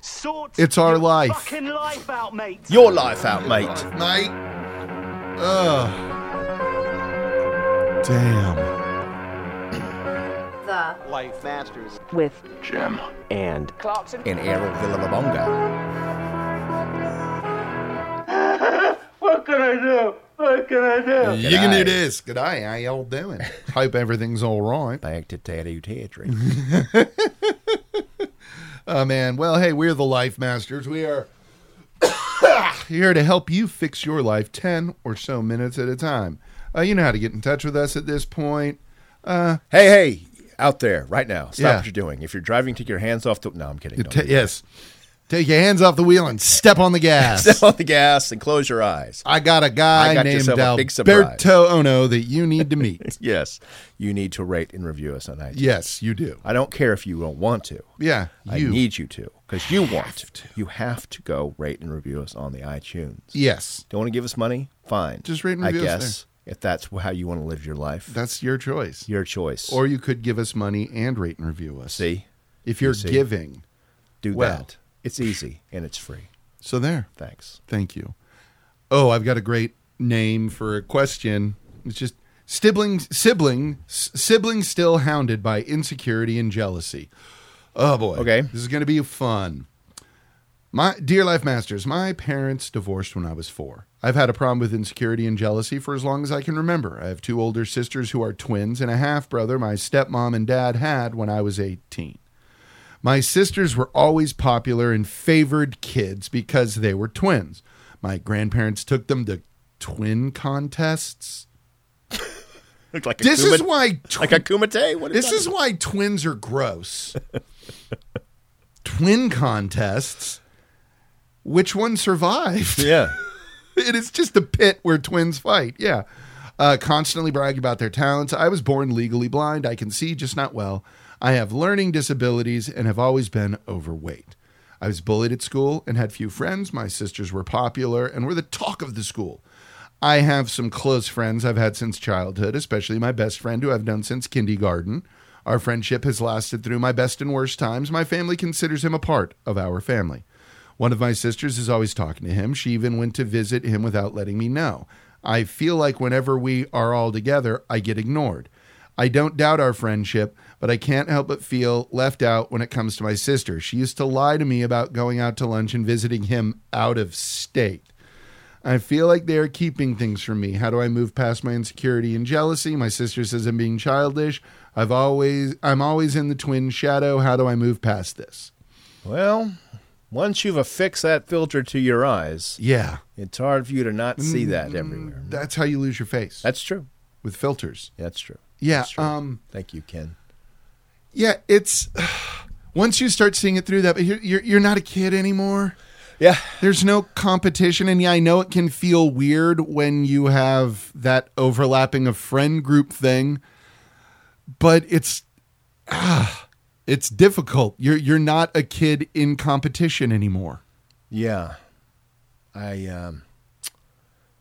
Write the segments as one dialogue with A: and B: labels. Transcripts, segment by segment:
A: Sort
B: It's our
A: your
B: life.
A: Fucking life out, mate.
C: Your life out, mate.
B: Mate. Ugh. Damn.
D: The
E: Life Masters.
D: with
F: and
C: In Errol Villalobonga.
B: Yiggity this. Good day. How y'all doing? Hope everything's all right.
C: Back to tattoo territory.
B: Oh, man. Well, hey, we're the Life Masters. We are here to help you fix your life 10 or so minutes at a time. Uh, you know how to get in touch with us at this point.
C: hey, hey, out there, right now. Stop
B: Yeah.
C: what you're doing. If you're driving, take your hands off the. No, I'm kidding. Don't
B: Ta-
C: do that.
B: yes. Take your hands off the wheel and step on the gas.
C: Step on the gas and close your eyes.
B: I got a guy
C: I got
B: named
C: yourself a big surprise.
B: Alberto Ono that you need to meet.
C: Yes, you need to rate and review us on iTunes.
B: yes, you do.
C: I don't care if you don't want to.
B: Yeah,
C: I
B: you.
C: need you to because you want to. You have to go rate and review us on the iTunes.
B: Yes,
C: Don't want to give us money? Fine.
B: Just rate and review
C: I
B: us
C: guess if that's how you want to live your life,
B: that's your choice.
C: your choice.
B: Or you could give us money and rate and review us.
C: see,
B: if you're
C: You see.
B: giving.
C: do
B: Well.
C: that. It's easy and it's free.
B: So there.
C: Thanks.
B: Thank you. Oh, I've got a great name for a question. It's just sibling, sibling, s- sibling still hounded by insecurity and jealousy. Oh boy.
C: Okay.
B: This is going to be fun. My dear life masters, my parents divorced when I was 4. I've had a problem with insecurity and jealousy for as long as I can remember. I have two older sisters who are twins and a half brother my stepmom and dad had when I was 18. My sisters were always popular and favored kids because they were twins. My grandparents took them to twin contests.
C: Look like
B: This
C: a kuma,
B: is why tw-
C: like a kumite. What
B: this
C: that?
B: is why twins are gross. twin contests. Which one survived?
C: yeah.
B: it is just a pit where twins fight. Yeah. Uh, constantly bragging about their talents. I was born legally blind. I can see, just not well. I have learning disabilities and have always been overweight. I was bullied at school and had few friends. My sisters were popular and were the talk of the school. I have some close friends I've had since childhood, especially my best friend who I've known since kindergarten. Our friendship has lasted through my best and worst times. My family considers him a part of our family. One of my sisters is always talking to him. She even went to visit him without letting me know. I feel like whenever we are all together, I get ignored. I don't doubt our friendship, but I can't help but feel left out when it comes to my sister. She used to lie to me about going out to lunch and visiting him out of state. I feel like they are keeping things from me. How do I move past my insecurity and jealousy? My sister says I'm being childish. I've always I'm always in the twin shadow. How do I move past this?
C: Well, once you've affixed that filter to your eyes,
B: Yeah,
C: it's hard for you to not see that everywhere.
B: that's how you lose your face
C: That's true.
B: with filters.
C: That's true.
B: Yeah,
C: That's true.
B: um
C: Thank you, Ken.
B: yeah, it's once you start seeing it through that, but you're you're, you're not a kid anymore.
C: Yeah.
B: There's no competition, and yeah, I know it can feel weird when you have that overlapping of friend group thing, but it's ah, it's difficult. You're you're not a kid in competition anymore.
C: Yeah, I um,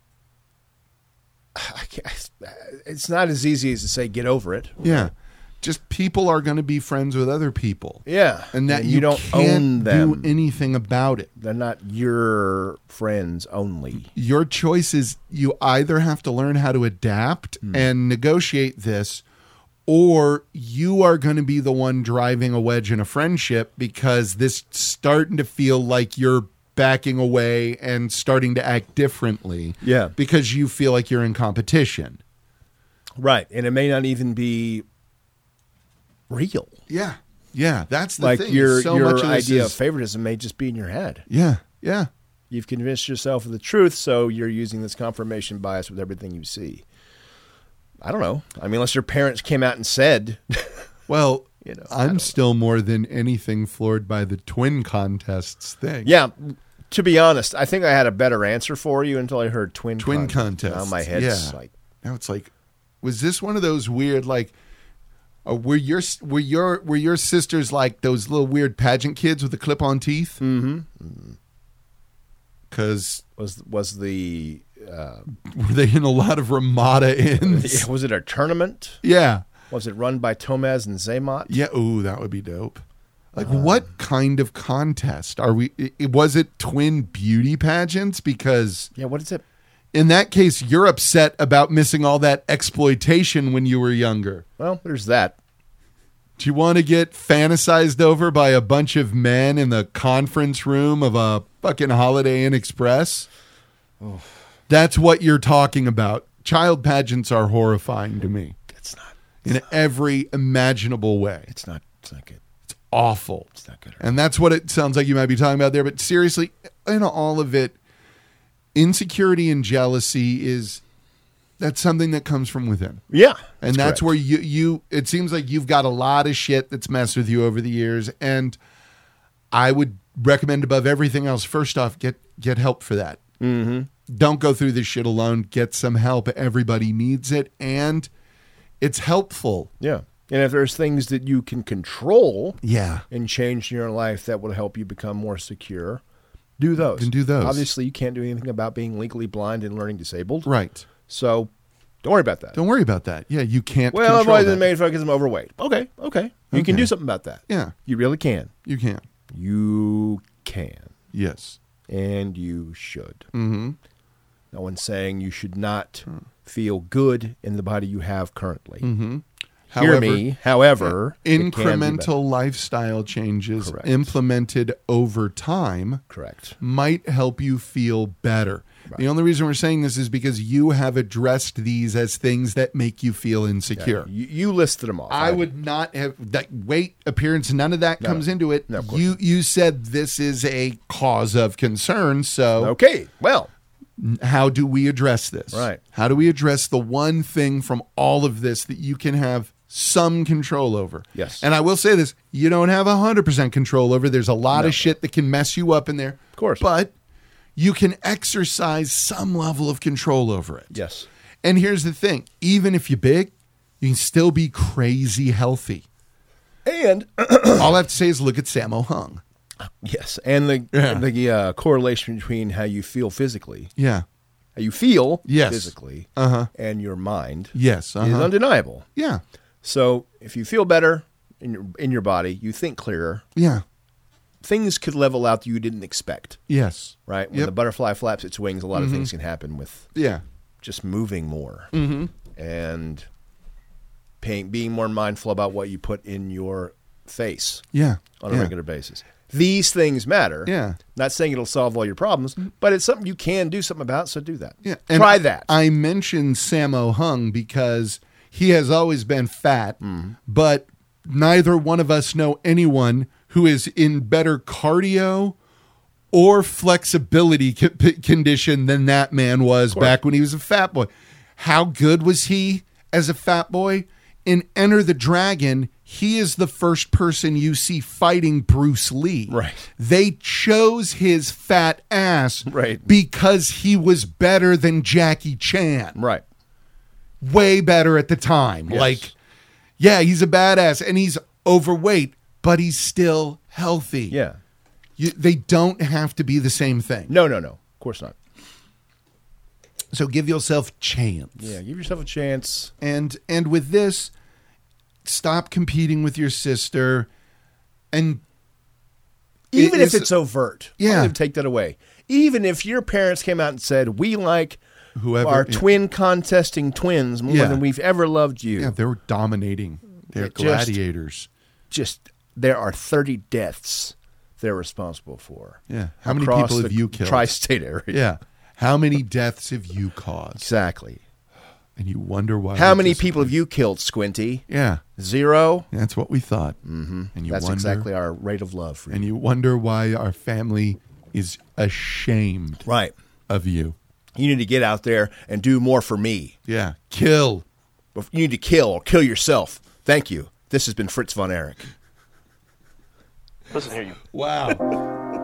C: I can't, it's not as easy as to say get over it.
B: Yeah, just people are going to be friends with other people,
C: Yeah,
B: and that you,
C: don't
B: can't
C: own them.
B: do anything about it.
C: They're not your friends only.
B: your choice is you either have to learn how to adapt
C: Hmm.
B: and negotiate this or you are going to be the one driving a wedge in a friendship because this starting to feel like you're backing away and starting to act differently
C: Yeah.
B: because you feel like you're in competition
C: Right, and it may not even be real.
B: yeah yeah that's the
C: like
B: thing
C: your
B: so
C: your
B: much of this
C: idea
B: is-
C: of favoritism may just be in your head.
B: yeah yeah
C: You've convinced yourself of the truth, so you're using this confirmation bias with everything you see. I don't know. I mean, unless your parents came out and said,
B: well
C: You know, I don't
B: i'm
C: know.
B: still more than anything floored by the twin contests thing
C: Yeah. To be honest, I think I had a better answer for you until I heard twin
B: twin contest.
C: contest. Now my head's
B: yeah.
C: like,
B: now it's like, was this one of those weird like? Uh, were your were your were your sisters like those little weird pageant kids with the clip on teeth? Mm-hmm. Because
C: was was the uh,
B: were they in a lot of Ramada inns?
C: was it a tournament?
B: yeah,
C: Was it run by Tomaz and Zaymot?
B: yeah. Ooh, that would be dope. Like, what kind of contest are we? i- It, was it twin beauty pageants? Because
C: Yeah, what is it?
B: in that case, you're upset about missing all that exploitation when you were younger.
C: Well, there's that.
B: Do you want to get fantasized over by a bunch of men in the conference room of a fucking Holiday Inn Express? That's what you're talking about. Child pageants are horrifying to me
C: It's not.
B: in every imaginable way.
C: It's not. It's not good.
B: It's awful.
C: It's not good.
B: And that's what it sounds like you might be talking about there. But seriously, in all of it, insecurity and jealousy is that's something that comes from within.
C: Yeah,
B: And that's where you you it seems like you've got a lot of shit that's messed with you over the years. And I would recommend above everything else, first off, get get help for that. Mm-hmm. Don't go through this shit alone. Get some help. Everybody needs it. And it's helpful.
C: Yeah, and if there's things that you can control
B: Yeah.
C: and change in your life that will help you become more secure, do those.
B: Then do those.
C: Obviously, you can't do anything about being legally blind and learning disabled.
B: Right.
C: So, don't worry about that.
B: Don't worry about that. Yeah, you can't.
C: well,
B: control
C: otherwise,
B: that.
C: it may fuck I'm overweight. Okay, okay, you
B: Okay.
C: can do something about that.
B: Yeah,
C: You really can.
B: you can.
C: You can,
B: Yes.
C: and you should.
B: Mm-hmm.
C: No one's saying you should not feel good in the body you have currently.
B: Mm-hmm. However,
C: Hear me. However, it can be better.
B: incremental lifestyle changes
C: Correct.
B: implemented over time
C: Correct.
B: might help you feel better. The only reason we're saying this is because you have addressed these as things that make you feel insecure.
C: You, you listed them off.
B: I would not have that weight, appearance, none of that comes into it.
C: No, of course
B: you you said this is a cause of concern, so
C: Okay. Well,
B: how do we address this?
C: Right.
B: How do we address the one thing from all of this that you can have some control over?
C: Yes.
B: And I will say this you don't have 100% control over. There's a lot of shit that can mess you up in there. Of
C: course.
B: But you can exercise some level of control over it.
C: yes.
B: And here's the thing even if you're big, you can still be crazy healthy.
C: And
B: all I have to say is look at Sammo Hung.
C: yes, and the
B: Yeah.
C: the uh, correlation between how you feel physically,
B: Yeah.
C: how you feel
B: Yes.
C: physically,
B: Uh-huh.
C: and your mind
B: Yes.
C: is
B: Uh-huh.
C: undeniable.
B: Yeah.
C: So if you feel better in your in your body, you think clearer.
B: Yeah.
C: Things could level out that you didn't expect.
B: Yes.
C: Right when
B: Yep. Mm-hmm.
C: the butterfly flaps its wings, a lot of things can happen with
B: Yeah.
C: just moving more
B: Mm-hmm.
C: and paying, being more mindful about what you put in your face
B: Yeah.
C: on a
B: yeah.
C: regular basis. These things matter.
B: Yeah. Mm-hmm.
C: Not saying it'll solve all your problems, but it's something you can do something about. So do that.
B: Yeah,
C: Try that.
B: I mentioned Sammo Hung because he has always been fat,
C: Mm-hmm.
B: but neither one of us know anyone who is in better cardio or flexibility co- p- condition than that man was back when he was a fat boy. How good was he as a fat boy? In Enter the Dragon, he is the first person you see fighting Bruce Lee.
C: Right.
B: They chose his fat ass
C: Right.
B: because he was better than Jackie Chan.
C: right.
B: Way better at the time. Like, yeah, he's a badass and he's overweight, but he's still healthy.
C: Yeah.
B: You, they don't have to be the same thing.
C: No, no, no. Of course not.
B: So give yourself chance.
C: Yeah. Give yourself a chance.
B: And and with this, stop competing with your sister and It
C: Even
B: is-
C: if it's overt.
B: Yeah.
C: I'm gonna Take that away. Even if your parents came out and said, we like
B: Whoever-
C: our
B: yeah.
C: twin contesting twins more
B: Yeah.
C: than we've ever loved you.
B: yeah, they're dominating. They're
C: It just-
B: gladiators.
C: Just there are 30 deaths they're responsible for.
B: Yeah. How many
C: across
B: people
C: the
B: have you killed?
C: Tri-state area.
B: yeah. How many deaths have you caused?
C: Exactly.
B: And you wonder why.
C: How
B: we
C: many
B: dis-
C: people have you killed, Squinty?
B: Yeah,
C: Zero.
B: that's what we thought. Mm-hmm. And you
C: That's
B: wonder,
C: exactly our rate of love for you.
B: And you wonder why our family is ashamed
C: Right.
B: of you.
C: You need to get out there and do more for me.
B: Yeah, kill.
C: You need to kill or kill yourself. Thank you. This has been Fritz von Erich.
A: Listen here, you
B: Wow.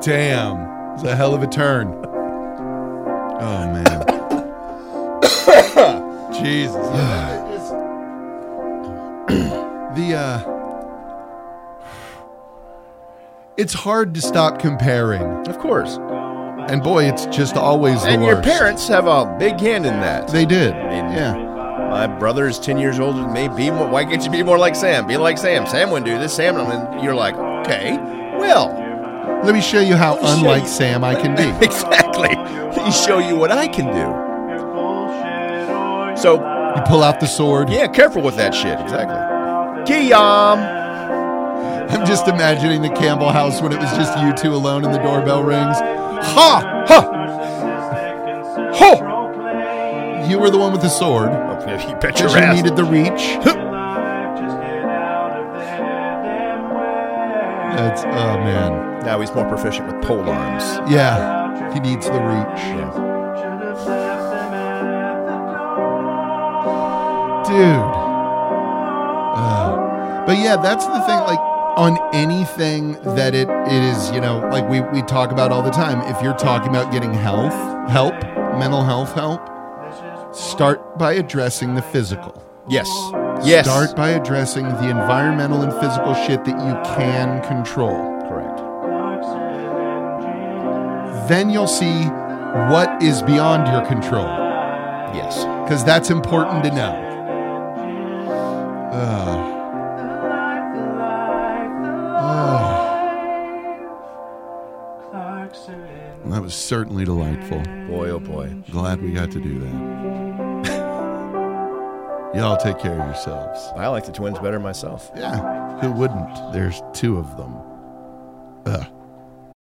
B: Damn. It's a hell of a turn. Oh, man. Jesus. Yeah, that is- the, uh, it's hard to stop comparing.
C: Of course.
B: And boy, it's just always the
C: and your
B: worst.
C: parents have a big hand in that.
B: They did.
C: mean,
B: yeah.
C: My brother is 10 years older than me. Be more, why can't you be more like Sam? Be like Sam. Sam wouldn't do this. Sam, I mean, you're like,
B: okay.
C: Well,
B: Let me show you how
C: show
B: unlike
C: you.
B: Sam I can be.
C: exactly. Let me show you what I can do. So,
B: You pull out the sword.
C: yeah, careful with that shit. Exactly. Guillaume.
B: I'm just imagining the Campbell house when it was just you two alone and the doorbell rings. Ha!
C: Huh. Ho!
B: You were the one with the sword.
C: You bet your
B: Because you
C: ass.
B: needed the reach. That's, oh man.
C: Now he's more proficient with pole arms.
B: Yeah. He needs the reach.
C: Yeah.
B: Dude. Ugh. but yeah, that's the thing. Like, on anything that it, it is, you know, like we, we talk about all the time, if you're talking about getting health, help, mental health help, start by addressing the physical.
C: Yes. Yes.
B: Start by addressing the environmental and physical shit that you can control.
C: Correct.
B: Then you'll see what is beyond your control,
C: Yes.
B: because that's important to know. Ugh. Ugh. That was certainly delightful.
C: Boy, oh boy.
B: Glad we got to do that. Y'all take care of yourselves.
C: I like the twins better myself.
B: Yeah, who wouldn't? There's two of them. Ugh.